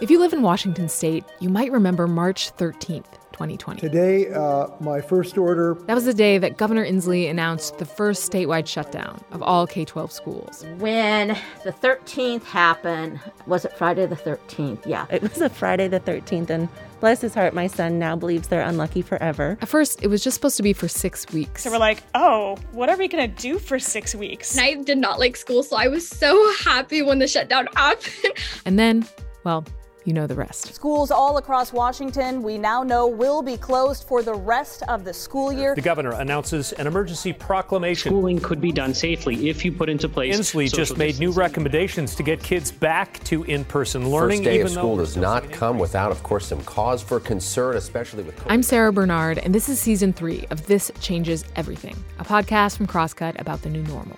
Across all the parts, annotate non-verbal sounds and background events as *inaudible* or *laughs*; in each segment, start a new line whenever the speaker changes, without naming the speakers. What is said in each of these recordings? If you live in Washington state, you might remember March 13th, 2020.
Today, uh, my first order
That was the day that Governor Inslee announced the first statewide shutdown of all K 12 schools.
When the 13th happened, was it Friday the 13th? Yeah.
It was a Friday the 13th, and bless his heart, my son now believes they're unlucky forever.
At first, it was just supposed to be for six weeks.
So we're like, oh, what are we going to do for six weeks?
And I did not like school, so I was so happy when the shutdown *laughs* happened.
And then, well, you know the rest.
Schools all across Washington, we now know, will be closed for the rest of the school year.
The governor announces an emergency proclamation.
Schooling could be done safely if you put into place.
Inslee just made new recommendations to get kids back to in-person learning.
First day of school does not come without, of course, some cause for concern, especially with.
I'm Sarah Bernard, and this is season three of This Changes Everything, a podcast from Crosscut about the new normal.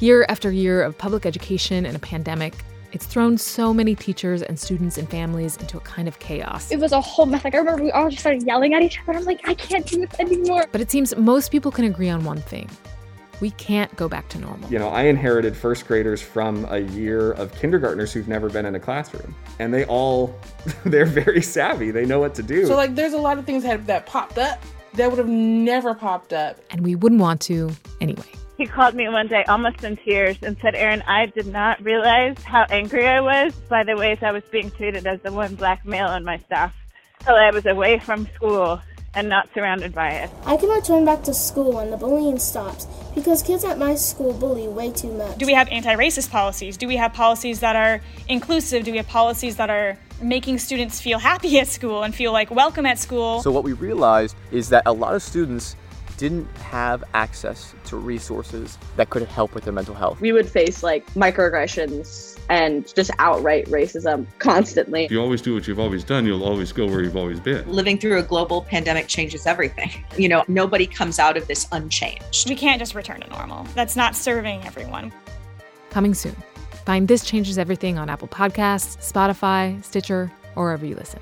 Year after year of public education and a pandemic, it's thrown so many teachers and students and families into a kind of chaos.
It was a whole mess. Like, I remember we all just started yelling at each other. I'm like, I can't do this anymore.
But it seems most people can agree on one thing we can't go back to normal.
You know, I inherited first graders from a year of kindergartners who've never been in a classroom. And they all, *laughs* they're very savvy. They know what to do.
So, like, there's a lot of things that, that popped up that would have never popped up.
And we wouldn't want to anyway.
He called me one day almost in tears and said, Aaron, I did not realize how angry I was by the ways I was being treated as the one black male on my staff till I was away from school and not surrounded by it.
I cannot turn back to school when the bullying stops because kids at my school bully way too much.
Do we have anti racist policies? Do we have policies that are inclusive? Do we have policies that are making students feel happy at school and feel like welcome at school?
So, what we realized is that a lot of students didn't have access to resources that could help with their mental health.
We would face like microaggressions and just outright racism constantly.
If you always do what you've always done, you'll always go where you've always been.
Living through a global pandemic changes everything. You know, nobody comes out of this unchanged.
We can't just return to normal. That's not serving everyone.
Coming soon. Find This Changes Everything on Apple Podcasts, Spotify, Stitcher, or wherever you listen.